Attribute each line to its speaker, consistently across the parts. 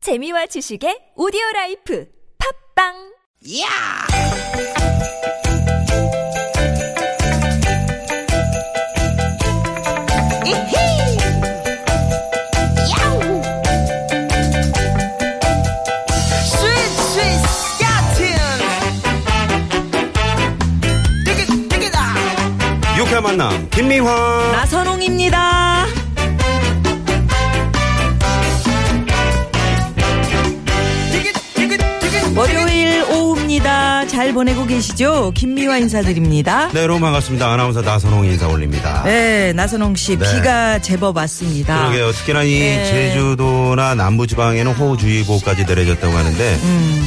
Speaker 1: 재미와 지식의 오디오 라이프 팝빵!
Speaker 2: 야! 이히! 야우! 스윗 스윗 야틴! 띠기 띠기다!
Speaker 3: 유쾌 만남 김미화
Speaker 4: 나선홍입니다.
Speaker 2: 띠기 띠기 띠기
Speaker 4: 월요일 오후입니다. 잘 보내고 계시죠? 김미화 인사드립니다.
Speaker 3: 네 여러분 반갑습니다 아나운서 나선홍 인사 올립니다
Speaker 4: 네, 나선홍 씨
Speaker 3: 네.
Speaker 4: 비가 제법 왔습니다.
Speaker 3: 그러게요 특히나 이
Speaker 4: 네.
Speaker 3: 제주도나 남부지방에는 호우주의보까지 내려졌다고 하는데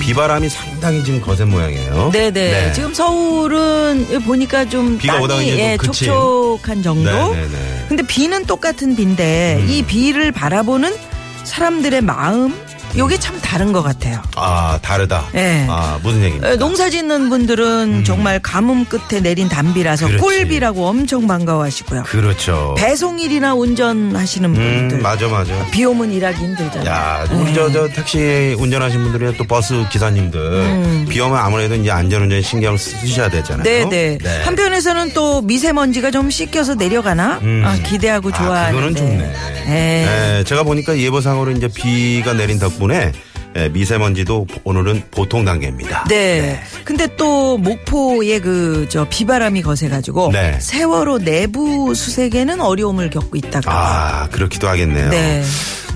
Speaker 3: 비바람이 상당히 지금 거센 모양이에요
Speaker 4: 음. 네네. 지금 서울은 보니까 좀
Speaker 3: 비가
Speaker 4: 땅이,
Speaker 3: 오다가 이제 좀
Speaker 4: 예,
Speaker 3: 그친.
Speaker 4: 촉촉한 정도.
Speaker 3: 네네네. 음.
Speaker 4: 근데 비는 똑같은 비인데 이 비를 바라보는 사람들의 마음 요게 참 다른 것 같아요.
Speaker 3: 아 다르다
Speaker 4: 네.
Speaker 3: 아 무슨 얘기입니까
Speaker 4: 에, 농사 짓는 분들은 정말 가뭄 끝에 내린 단비라서
Speaker 3: 음. 그렇지.
Speaker 4: 꿀비라고 엄청 반가워하시고요.
Speaker 3: 그렇죠
Speaker 4: 배송일이나 운전하시는 분들
Speaker 3: 음 맞아 맞아
Speaker 4: 비 오면 일하기 힘들잖아요.
Speaker 3: 야, 우리 저, 저 택시 운전하신 분들이나 또 버스 기사님들 비 오면 아무래도 이제 안전운전 신경 쓰셔야 되잖아요.
Speaker 4: 음. 네네. 한편에서는 또 미세먼지가 좀 씻겨서 내려가나
Speaker 3: 음.
Speaker 4: 아, 기대하고
Speaker 3: 아,
Speaker 4: 좋아하는데.
Speaker 3: 그거는 좋네.
Speaker 4: 예.
Speaker 3: 네, 제가 보니까 예보상으로 이제 비가 내린 덕분에 예, 미세먼지도 오늘은 보통 단계입니다.
Speaker 4: 네. 근데 또 목포의 그 저 비바람이 거세가지고
Speaker 3: 네.
Speaker 4: 세월호 내부 수색에는 어려움을 겪고 있다가.
Speaker 3: 아, 그렇기도 하겠네요.
Speaker 4: 네.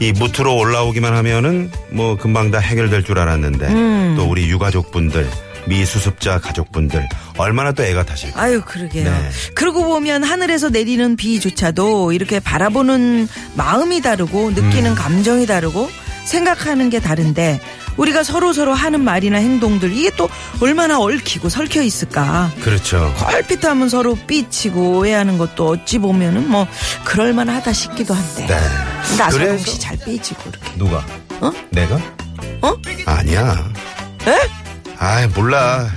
Speaker 3: 이 무트로 올라오기만 하면은 뭐 금방 다 해결될 줄 알았는데
Speaker 4: 음.
Speaker 3: 또 우리 유가족분들, 미수습자 가족분들 얼마나 또 애가 타실까.
Speaker 4: 아유 그러게요.
Speaker 3: 네.
Speaker 4: 그러고 보면 하늘에서 내리는 비조차도 이렇게 바라보는 마음이 다르고 느끼는 감정이 다르고 생각하는 게 다른데 우리가 서로 서로 하는 말이나 행동들 이게 또 얼마나 얽히고 설켜 있을까.
Speaker 3: 그렇죠.
Speaker 4: 얼핏하면 서로 삐치고 오해하는 것도 어찌 보면은 뭐 그럴만하다 싶기도 한데.
Speaker 3: 네.
Speaker 4: 나선홍
Speaker 3: 그래서-
Speaker 4: 씨잘 삐지고 이렇게.
Speaker 3: 누가?
Speaker 4: 어?
Speaker 3: 내가?
Speaker 4: 어?
Speaker 3: 아니야. 에? 아이, 몰라.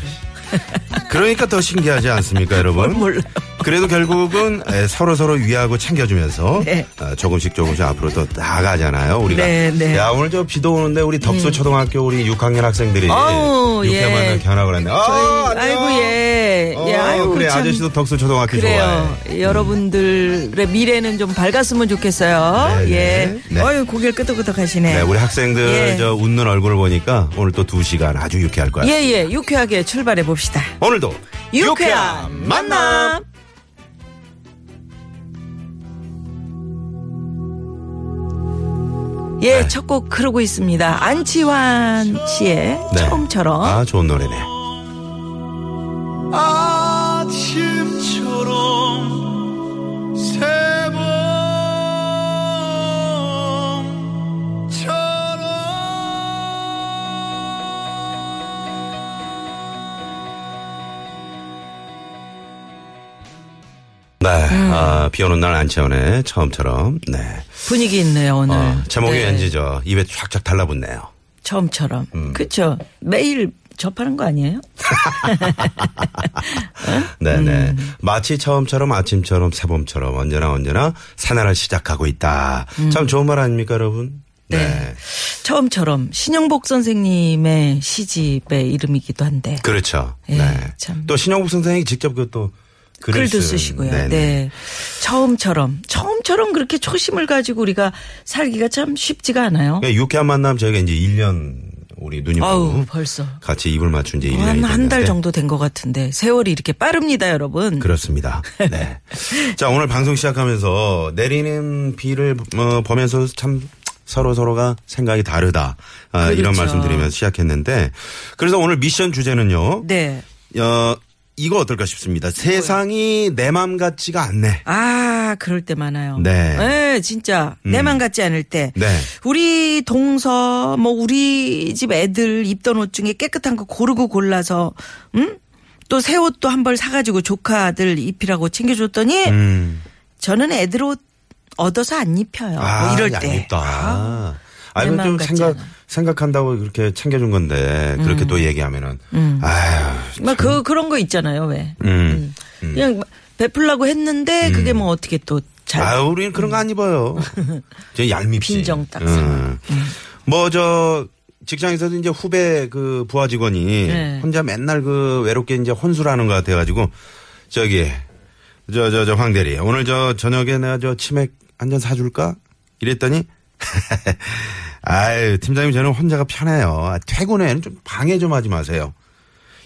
Speaker 3: 그러니까 더 신기하지 않습니까, 여러분?
Speaker 4: 몰라.
Speaker 3: 그래도 결국은 에, 서로 서로 위하고 챙겨주면서
Speaker 4: 네.
Speaker 3: 어, 조금씩 조금씩 앞으로 더 나아가잖아요. 우리가
Speaker 4: 네, 네.
Speaker 3: 야 오늘 저 비도 오는데 우리 덕수 초등학교 우리 6학년 학생들이
Speaker 4: 어우,
Speaker 3: 육회
Speaker 4: 예.
Speaker 3: 만난 견학을 했네. 아,
Speaker 4: 저희- 아이고 예.
Speaker 3: 어,
Speaker 4: 예. 아이고
Speaker 3: 그래
Speaker 4: 참.
Speaker 3: 아저씨도 덕수 초등학교
Speaker 4: 그래요.
Speaker 3: 좋아해. 음.
Speaker 4: 여러분들의 미래는 좀 밝았으면 좋겠어요.
Speaker 3: 네, 네.
Speaker 4: 예.
Speaker 3: 네.
Speaker 4: 어유 고개를 끄덕끄덕 하시네.
Speaker 3: 네, 우리 학생들
Speaker 4: 예.
Speaker 3: 저 웃는 얼굴을 보니까 오늘 또 두 시간 아주 유쾌할 거야.
Speaker 4: 예, 예. 유쾌하게 출발해 봅시다.
Speaker 3: 오늘도
Speaker 4: 유쾌한
Speaker 3: 유쾌한
Speaker 4: 만남. 예,
Speaker 3: 네.
Speaker 4: 첫 곡 그러고 있습니다. 안치환 씨의
Speaker 3: 네.
Speaker 4: 처음처럼.
Speaker 3: 아 좋은 노래네.
Speaker 5: 아침처럼 새봄처럼
Speaker 3: 네,
Speaker 4: 음.
Speaker 3: 아, 비 오는 날 안치원의 처음처럼 네.
Speaker 4: 분위기 있네요, 오늘.
Speaker 3: 어, 제목이
Speaker 4: 네.
Speaker 3: 왠지 저 입에 쫙쫙 달라붙네요.
Speaker 4: 처음처럼. 그쵸. 매일 접하는 거 아니에요?
Speaker 3: 네네.
Speaker 4: 음.
Speaker 3: 마치 처음처럼 아침처럼 새봄처럼 언제나 언제나 사나를 시작하고 있다.
Speaker 4: 음.
Speaker 3: 참 좋은 말 아닙니까, 여러분? 네.
Speaker 4: 처음처럼. 신영복 선생님의 시집의 이름이기도 한데.
Speaker 3: 그렇죠.
Speaker 4: 예,
Speaker 3: 네.
Speaker 4: 참.
Speaker 3: 또 신영국 선생이 직접 그또 글을
Speaker 4: 글도
Speaker 3: 쓴-
Speaker 4: 쓰시고요.
Speaker 3: 네네.
Speaker 4: 네. 처음처럼 처음처럼 그렇게 초심을 가지고 우리가 살기가 참 쉽지가 않아요.
Speaker 3: 그러니까 유쾌한 만남 저희가 이제 1년 우리
Speaker 4: 아우
Speaker 3: 누님하고
Speaker 4: 벌써
Speaker 3: 같이 입을 맞춘 지 1년이
Speaker 4: 한
Speaker 3: 됐는데
Speaker 4: 한 달 정도 된 것 같은데 세월이 이렇게 빠릅니다, 여러분.
Speaker 3: 그렇습니다. 네. 자, 오늘 방송 시작하면서 내리는 비를 어, 보면서 참 서로 서로가 생각이 다르다. 아, 이런
Speaker 4: 그렇죠.
Speaker 3: 말씀 드리면서 시작했는데 그래서 오늘 미션 주제는요.
Speaker 4: 네.
Speaker 3: 어, 이거 어떨까 싶습니다. 세상이 내 맘 같지가 않네.
Speaker 4: 아, 그럴 때 많아요.
Speaker 3: 네. 음.
Speaker 4: 네, 진짜. 내 맘 같지 않을 때.
Speaker 3: 네.
Speaker 4: 우리 동서, 뭐, 우리 집 애들 입던 옷 중에 깨끗한 거 고르고 골라서, 음? 또 새 옷도 한 벌 사가지고 조카들 입히라고 챙겨줬더니,
Speaker 3: 음.
Speaker 4: 저는 애들 옷 얻어서 안 입혀요. 뭐 이럴
Speaker 3: 아, 안
Speaker 4: 때.
Speaker 3: 입다. 아, 아니,
Speaker 4: 내
Speaker 3: 면좀
Speaker 4: 마음 같지
Speaker 3: 생각,
Speaker 4: 않아. 음.
Speaker 3: 생각한다고 그렇게 챙겨준 건데, 그렇게 또 얘기하면은, 아유,
Speaker 4: 막 그, 그런 거 있잖아요, 왜.
Speaker 3: 음.
Speaker 4: 그냥 막 베풀라고 했는데, 그게 뭐 어떻게 또 잘. 음.
Speaker 3: 아, 우리는 그런 거 안 입어요. 저 얄밉지.
Speaker 4: 빈정딱상.
Speaker 3: 음. 뭐 저 직장에서도 이제 후배 그 부하 직원이
Speaker 4: 네.
Speaker 3: 혼자 맨날 그 외롭게 이제 혼술하는 것 같아가지고 저기 저 저 저 황대리 오늘 저 저녁에 내가 저 치맥 한 잔 사줄까 이랬더니 아유 팀장님 저는 혼자가 편해요 아, 퇴근 후에는 좀 방해 좀 하지 마세요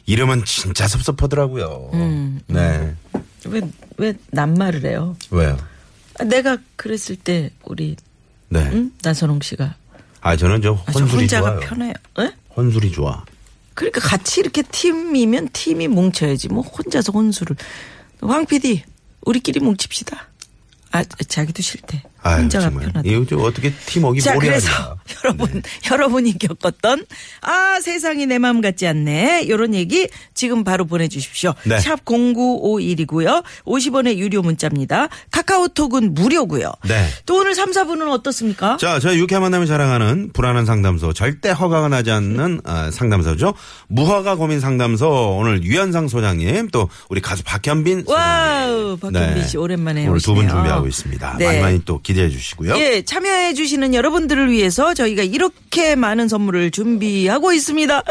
Speaker 3: 이러면 진짜 섭섭하더라고요
Speaker 4: 음.
Speaker 3: 네
Speaker 4: 왜, 왜 남말을 해요?
Speaker 3: 왜요
Speaker 4: 아, 내가 그랬을 때 우리
Speaker 3: 네 아
Speaker 4: 응? 나선홍 씨가
Speaker 3: 저는 저
Speaker 4: 아, 저
Speaker 3: 혼술이
Speaker 4: 혼자가
Speaker 3: 좋아요
Speaker 4: 편해요. 예?
Speaker 3: 혼술이 좋아
Speaker 4: 그러니까 같이 이렇게 팀이면 팀이 뭉쳐야지 뭐 혼자서 혼수를 황 PD 우리끼리 뭉칩시다. 아 자기도 싫대.
Speaker 3: 아유,
Speaker 4: 혼자가
Speaker 3: 정말.
Speaker 4: 편하다.
Speaker 3: 이거 좀 어떻게 팀워크
Speaker 4: 자
Speaker 3: 모래야 네.
Speaker 4: 그래서 여러분 여러분이 겪었던 아 세상이 내 마음 같지 않네 이런 얘기 지금 바로 보내주십시오.
Speaker 3: 네.
Speaker 4: 샵 #0951이고요. 50원의 유료 문자입니다. 카카오톡은 무료고요.
Speaker 3: 네.
Speaker 4: 또 오늘 3, 4분은 어떻습니까?
Speaker 3: 자, 저희 유쾌한 만남이 자랑하는 불안한 상담소, 절대 허가가 나지 않는 아, 상담소죠. 무허가 고민 상담소, 오늘 유현상 소장님, 또 우리 가수 박현빈.
Speaker 4: 와우 박현빈
Speaker 3: 네.
Speaker 4: 씨 오랜만에
Speaker 3: 오늘 두 분
Speaker 4: 오시네요.
Speaker 3: 준비하고 있습니다.
Speaker 4: 네.
Speaker 3: 많이 많이 또 기대해 주시고요.
Speaker 4: 예, 참여해 주시는 여러분들을 위해서 저희가 이렇게 많은 선물을 준비하고 있습니다.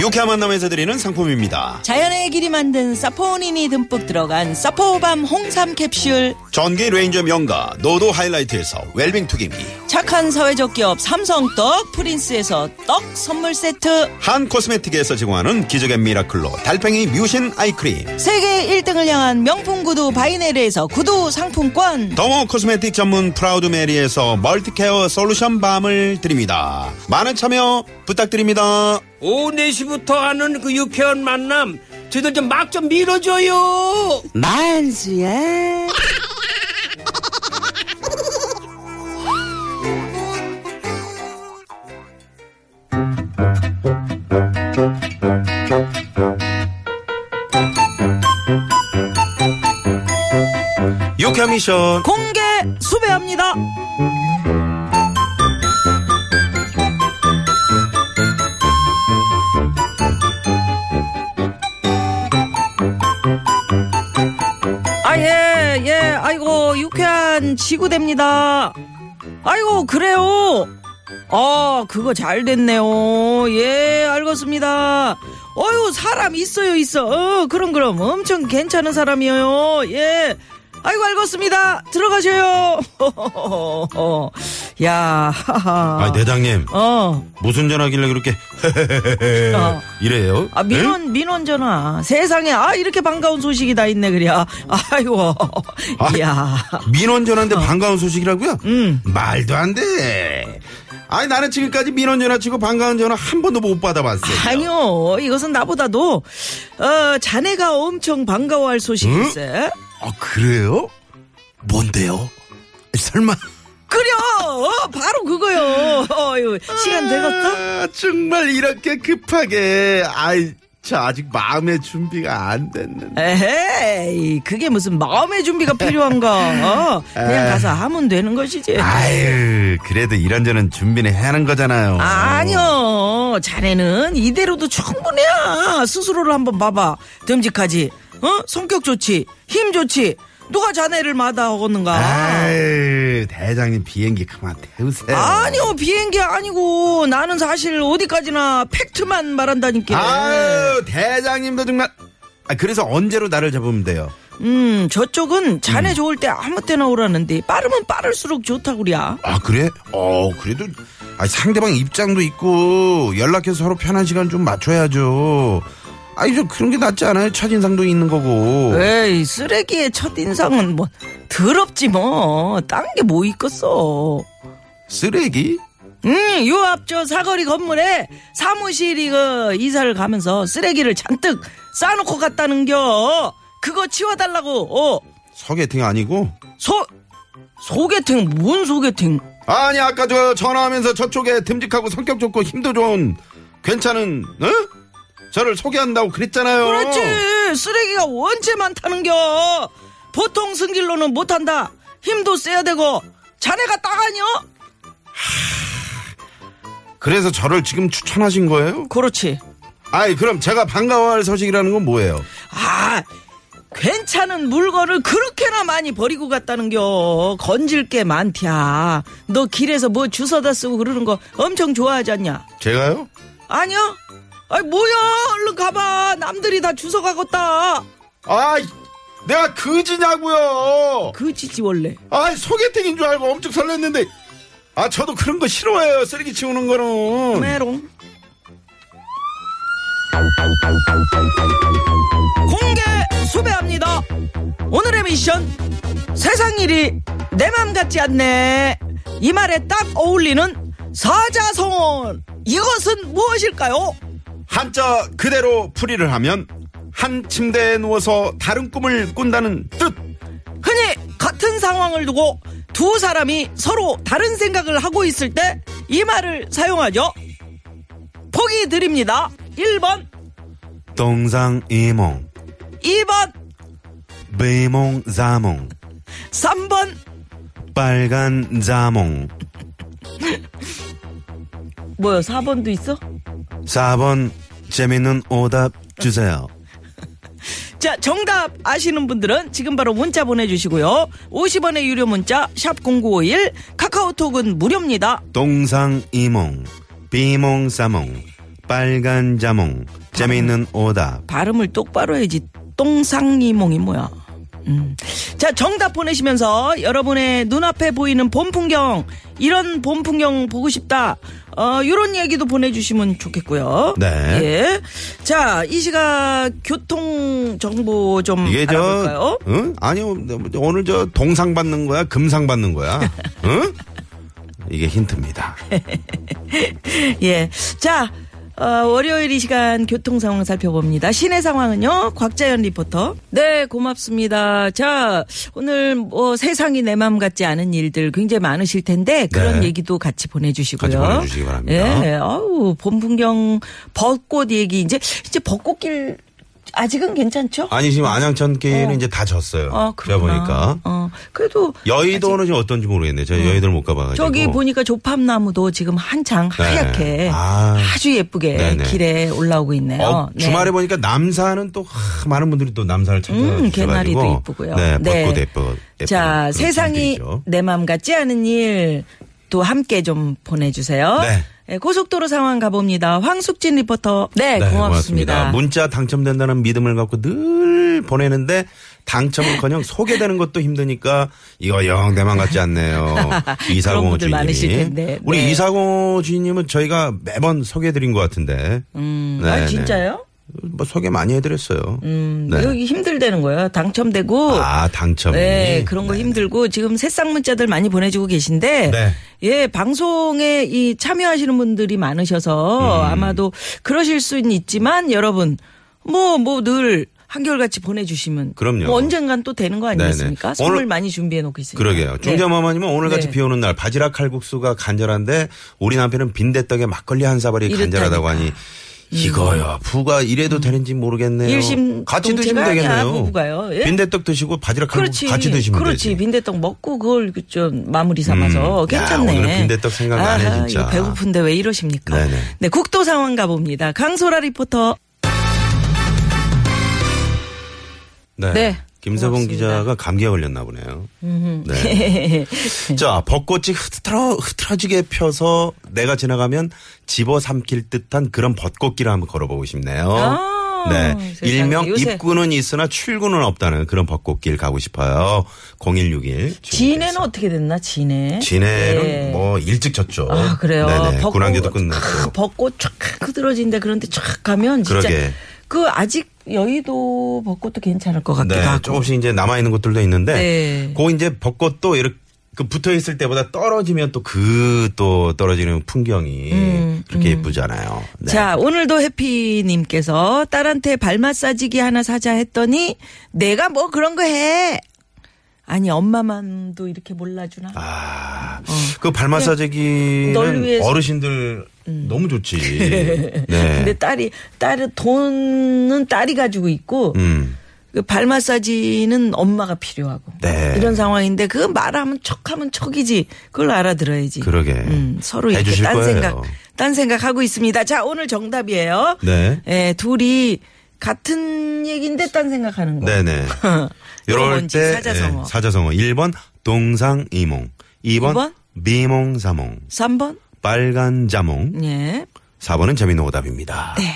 Speaker 3: 유쾌한 만남에서 드리는 상품입니다.
Speaker 4: 자연의 길이 만든 사포닌이 듬뿍 들어간 사포밤 홍삼 캡슐,
Speaker 3: 전기 레인저 명가, 노도 하이라이트에서 웰빙 투기미,
Speaker 4: 착한 사회적 기업 삼성떡 프린스에서 떡 선물 세트,
Speaker 3: 한 코스메틱에서 제공하는 기적의 미라클로, 달팽이 뮤신 아이크림,
Speaker 4: 세계 1등을 향한 명품 구두 바이네르에서 구두 상품권,
Speaker 3: 더모 코스메틱 전문 프라우드 메리에서 멀티케어 솔루션 밤을 드립니다. 많은 참여 부탁드립니다.
Speaker 6: 오후 4시부터 하는 그 유쾌한 만남 저희들 좀 막 좀 밀어줘요
Speaker 3: 유쾌 미션.
Speaker 4: 공개 수배합니다. 아, 예, 예, 아이고, 유쾌한 지구대입니다. 아이고, 그래요. 아, 그거 잘 됐네요. 예, 알겠습니다. 어유, 사람 있어요, 있어. 어, 그럼, 그럼. 엄청 괜찮은 사람이에요. 예. 아이고, 알겠습니다. 들어가세요. 야, 하하.
Speaker 3: 아, 대장님.
Speaker 4: 어.
Speaker 3: 무슨 전화길래 그렇게 네.
Speaker 4: 어.
Speaker 3: 이래요?
Speaker 4: 아, 민원, 민원 전화. 세상에, 아, 이렇게 반가운 소식이 다 있네, 그래야. 아이고.
Speaker 3: 아.
Speaker 4: 야
Speaker 3: 네? 민원 전화인데 반가운 소식이라고요?
Speaker 4: 어. 음.
Speaker 3: 말도 안 돼. 아니 나는 지금까지 민원 전화 치고 반가운 전화 한 번도 못 받아봤어요.
Speaker 4: 아니요, 이것은 나보다도, 어, 자네가 엄청 반가워할 소식일세.
Speaker 3: 아 그래요? 뭔데요? 설마?
Speaker 4: 그려! 어, 바로 그거요. 어휴, 시간 되겠어?
Speaker 3: 아, 정말 이렇게 급하게 아이 저 아직 마음의 준비가 안 됐는데.
Speaker 4: 에헤이, 그게 무슨 마음의 준비가 필요한가. 어, 그냥 가서 하면 되는 것이지.
Speaker 3: 아유, 그래도 이런저런 준비는 해야 하는 거잖아요.
Speaker 4: 아니요. 자네는 이대로도 충분해야. 스스로를 한번 봐봐. 듬직하지? 어? 성격 좋지? 힘 좋지? 누가 자네를 마다하겠는가?
Speaker 3: 아유, 대장님 비행기 그만 태우세요.
Speaker 4: 아니요 비행기 아니고 나는 사실 어디까지나 팩트만 말한다니까
Speaker 3: 아유, 대장님도 정말. 아, 그래서 언제로 나를 잡으면 돼요?
Speaker 4: 음 저쪽은
Speaker 3: 음.
Speaker 4: 자네 좋을 때 아무 때나 오라는데 빠르면 빠를수록 좋다구랴
Speaker 3: 아, 그래? 어, 그래도. 아, 상대방 입장도 있고, 연락해서 서로 편한 시간 좀 맞춰야죠. 아니, 저 그런 게 낫지 않아요? 첫인상도 있는 거고.
Speaker 4: 에이 쓰레기의 첫인상은 뭐 더럽지 뭐 딴 게 뭐 있겠어
Speaker 3: 쓰레기?
Speaker 4: 음, 요 앞 저 사거리 건물에 사무실이 그 이사를 가면서 쓰레기를 잔뜩 쌓아놓고 갔다는겨. 그거 치워달라고. 어,
Speaker 3: 소개팅 아니고?
Speaker 4: 소 소개팅 뭔 소개팅?
Speaker 3: 아니 아까 저 전화하면서 저쪽에 듬직하고 성격 좋고 힘도 좋은 괜찮은 어? 저를 소개한다고 그랬잖아요.
Speaker 4: 그렇지 쓰레기가 원체 많다는겨. 보통 승질로는 못한다. 힘도 써야 되고 자네가 따가녀?
Speaker 3: 그래서 저를 지금 추천하신 거예요?
Speaker 4: 그렇지.
Speaker 3: 아이 그럼 제가 반가워할 소식이라는 건 뭐예요?
Speaker 4: 아 괜찮은 물건을 그렇게나 많이 버리고 갔다는겨. 건질 게 많디야. 너 길에서 뭐 주워다 쓰고 그러는 거 엄청 좋아하지 않냐?
Speaker 3: 제가요?
Speaker 4: 아니야? 아이, 뭐야? 얼른 가봐. 남들이 다 주워가겄다.
Speaker 7: 아, 내가 그지냐고요.
Speaker 4: 그지지, 원래.
Speaker 7: 아, 소개팅인 줄 알고 엄청 설렜는데. 아, 저도 그런 거 싫어해요. 쓰레기 치우는 거는.
Speaker 4: 메롱. 공개 수배합니다. 오늘의 미션. 세상 일이 내 맘 같지 않네. 이 말에 딱 어울리는 사자성어. 이것은 무엇일까요?
Speaker 7: 한자 그대로 풀이를 하면 한 침대에 누워서 다른 꿈을 꾼다는 뜻.
Speaker 4: 흔히 같은 상황을 두고 두 사람이 서로 다른 생각을 하고 있을 때 이 말을 사용하죠. 보기 드립니다. 1번,
Speaker 3: 동상이몽,
Speaker 4: 2번,
Speaker 3: 베몽자몽,
Speaker 4: 3번,
Speaker 3: 빨간자몽,
Speaker 4: 뭐야 4번도 있어?
Speaker 3: 4번 재밌는 오답 주세요.
Speaker 4: 자 정답 아시는 분들은 지금 바로 문자 보내주시고요 50원의 유료 문자 샵0951 카카오톡은 무료입니다
Speaker 3: 동상이몽, 비몽사몽, 빨간자몽, 재밌는 오답.
Speaker 4: 발음을 똑바로 해야지 똥상이몽이 뭐야 음. 자 정답 보내시면서 여러분의 눈앞에 보이는 봄 풍경 이런 봄 풍경 보고 싶다 어 요런 얘기도 보내주시면 좋겠고요
Speaker 3: 네.
Speaker 4: 예. 자이 시각 교통 정보 좀
Speaker 3: 이게
Speaker 4: 알아볼까요?
Speaker 3: 저, 응? 아니요, 오늘 저 동상 받는 거야, 금상 받는 거야, 응? 이게 힌트입니다.
Speaker 4: 예. 자, 어, 월요일 이 시간 교통 상황 살펴봅니다. 시내 상황은요, 곽자연 리포터. 네, 고맙습니다. 자, 오늘 뭐 세상이 내 맘 같지 않은 일들 굉장히 많으실 텐데 그런
Speaker 3: 네.
Speaker 4: 얘기도 같이 보내주시고요.
Speaker 3: 같이 보내주시기 바랍니다.
Speaker 4: 예, 아우 봄 풍경 벚꽃 얘기 이제 이제 벚꽃길 아직은 괜찮죠?
Speaker 3: 아니 지금 안양천길은 이제 다 졌어요.
Speaker 4: 아,
Speaker 3: 그러다
Speaker 4: 그렇구나.
Speaker 3: 보니까
Speaker 4: 어, 그래도
Speaker 3: 여의도는 지금 어떤지 모르겠네. 제가 여의도를 못 가봐가지고. 네.
Speaker 4: 저기 보니까 조팝나무도 지금 한창 하얗게
Speaker 3: 아.
Speaker 4: 아. 주 예쁘게
Speaker 3: 네네.
Speaker 4: 길에 올라오고 있네요.
Speaker 3: 어,
Speaker 4: 네.
Speaker 3: 주말에 보니까 남산은 또 하, 많은 분들이 또 남산을 찾아가지고
Speaker 4: 음, 개나리도 이쁘고요.
Speaker 3: 네, 벚꽃 예뻐. 예쁜
Speaker 4: 자,
Speaker 3: 그런
Speaker 4: 세상이
Speaker 3: 산들이죠.
Speaker 4: 내 맘 같지 않은 일. 또 함께 좀 보내주세요.
Speaker 3: 네.
Speaker 4: 예, 고속도로 상황 가봅니다. 황숙진 리포터. 네,
Speaker 3: 네,
Speaker 4: 고맙습니다.
Speaker 3: 문자 당첨된다는 믿음을 갖고 늘 보내는데 당첨은커녕 소개되는 것도 힘드니까 이거 영 내만 같지 않네요. 이사공
Speaker 4: 분들
Speaker 3: 주인님이
Speaker 4: 많으실 텐데.
Speaker 3: 우리
Speaker 4: 네.
Speaker 3: 이사공 주인님은 저희가 매번 소개해드린 것 같은데.
Speaker 4: 음,
Speaker 3: 네,
Speaker 4: 아,
Speaker 3: 네.
Speaker 4: 진짜요?
Speaker 3: 뭐 소개 많이 해드렸어요.
Speaker 4: 음,
Speaker 3: 네.
Speaker 4: 여기 힘들다는 거예요. 당첨되고.
Speaker 3: 아 당첨이.
Speaker 4: 네, 그런 거
Speaker 3: 네.
Speaker 4: 힘들고 지금 새싹 문자들 많이 보내주고 계신데
Speaker 3: 네.
Speaker 4: 예, 방송에 이 참여하시는 분들이 많으셔서
Speaker 3: 음.
Speaker 4: 아마도 그러실 수는 있지만 여러분 뭐 뭐 늘 한결같이 보내주시면
Speaker 3: 그럼요.
Speaker 4: 뭐 언젠간 또 되는 거 아니겠습니까?
Speaker 3: 네네.
Speaker 4: 선물
Speaker 3: 오늘-
Speaker 4: 많이 준비해 놓고 있습니다.
Speaker 3: 그러게요.
Speaker 4: 네.
Speaker 3: 중자마마님은 오늘같이
Speaker 4: 네.
Speaker 3: 비 오는 날 바지락 칼국수가 간절한데 우리 남편은 빈대떡에 막걸리 한 사발이
Speaker 4: 이렇다니까. 음.
Speaker 3: 간절하다고 하니 이거요. 부가 이래도 되는지 모르겠네요.
Speaker 4: 일심
Speaker 3: 같이 드시면
Speaker 4: 동체가 아니야,
Speaker 3: 되겠네요.
Speaker 4: 부부가요. 예?
Speaker 3: 빈대떡 드시고 바지락 칼국수
Speaker 4: 그렇지.
Speaker 3: 같이 드시면
Speaker 4: 그렇지.
Speaker 3: 되지.
Speaker 4: 빈대떡 먹고 그걸 좀 마무리 삼아서
Speaker 3: 음.
Speaker 4: 괜찮네.
Speaker 3: 야, 오늘은 빈대떡 생각나네,
Speaker 4: 아하,
Speaker 3: 진짜.
Speaker 4: 이거 배고픈데 왜 이러십니까?
Speaker 3: 네네.
Speaker 4: 네, 국도 상황 가봅니다. 강소라 리포터.
Speaker 3: 네.
Speaker 4: 네.
Speaker 3: 김세봉
Speaker 4: 고맙습니다. 음.
Speaker 3: 기자가 감기에 걸렸나 보네요. 네. 자, 벚꽃이 흐트러, 흐트러지게 펴서 내가 지나가면 집어 삼킬 듯한 그런 벚꽃길을 한번 걸어보고 싶네요.
Speaker 4: 아,
Speaker 3: 네.
Speaker 4: 세상에.
Speaker 3: 일명
Speaker 4: 요새-
Speaker 3: 입구는 있으나 출구는 없다는 그런 벚꽃길 가고 싶어요. 0161.
Speaker 4: 진해는 어떻게 됐나? 진해.
Speaker 3: 진해는
Speaker 4: 예.
Speaker 3: 뭐 일찍 졌죠.
Speaker 4: 아 그래요.
Speaker 3: 네네.
Speaker 4: 벚꽃
Speaker 3: 군항제도
Speaker 4: 크,
Speaker 3: 끝났고.
Speaker 4: 벚꽃 쫙 흐드러진데 그런데 쫙 가면 진짜
Speaker 3: 그러게.
Speaker 4: 그 아직 여의도 벚꽃도 괜찮을 것 같기도
Speaker 3: 네,
Speaker 4: 하고.
Speaker 3: 조금씩 이제 남아 있는 곳들도 있는데,
Speaker 4: 네.
Speaker 3: 그 이제 벚꽃도 이렇게 그 붙어 있을 때보다 떨어지면 또 그 또 떨어지는 풍경이 그렇게 예쁘잖아요. 네.
Speaker 4: 음, 자 오늘도 해피님께서 딸한테 발 마사지기 하나 사자 했더니 내가 뭐 그런 거 해. 아니 엄마만도 이렇게 몰라주나?
Speaker 3: 아, 그 발마사지기는
Speaker 4: 어. 널 위해서. 음.
Speaker 3: 어르신들 너무 좋지. 네.
Speaker 4: 근데 딸이 딸은 돈은 딸이 가지고 있고
Speaker 3: 음.
Speaker 4: 그 발 마사지는 엄마가 필요하고
Speaker 3: 네.
Speaker 4: 이런 상황인데 그 말하면 척하면 척이지 그걸 알아들어야지.
Speaker 3: 그러게.
Speaker 4: 음, 서로 이렇게
Speaker 3: 해주실
Speaker 4: 딴
Speaker 3: 거예요.
Speaker 4: 생각 딴 생각 하고 있습니다. 자 오늘 정답이에요.
Speaker 3: 네.
Speaker 4: 예, 둘이 같은 얘기인데 딴 생각하는 거.
Speaker 3: 네네.
Speaker 4: 요거
Speaker 3: 이럴
Speaker 4: 뭔지
Speaker 3: 때
Speaker 4: 사자성어.
Speaker 3: 예, 사자성어. 1번 동상이몽. 2번,
Speaker 4: 이번?
Speaker 3: 비몽사몽.
Speaker 4: 3번?
Speaker 3: 빨간자몽.
Speaker 4: 예.
Speaker 3: 4번은 재미있는 오답입니다.
Speaker 4: 네.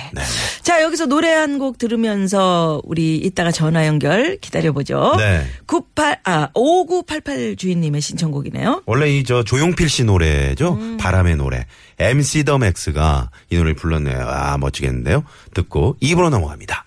Speaker 4: 자, 여기서 노래 한 곡 들으면서 우리 이따가 전화 연결 기다려보죠.
Speaker 3: 네.
Speaker 4: 98, 아, 5988 주인님의 신청곡이네요.
Speaker 3: 원래 이 저 조용필 씨 노래죠. 바람의 노래. MC 더 맥스가 이 노래를 불렀네요. 아, 멋지겠는데요. 듣고 입으로 넘어갑니다.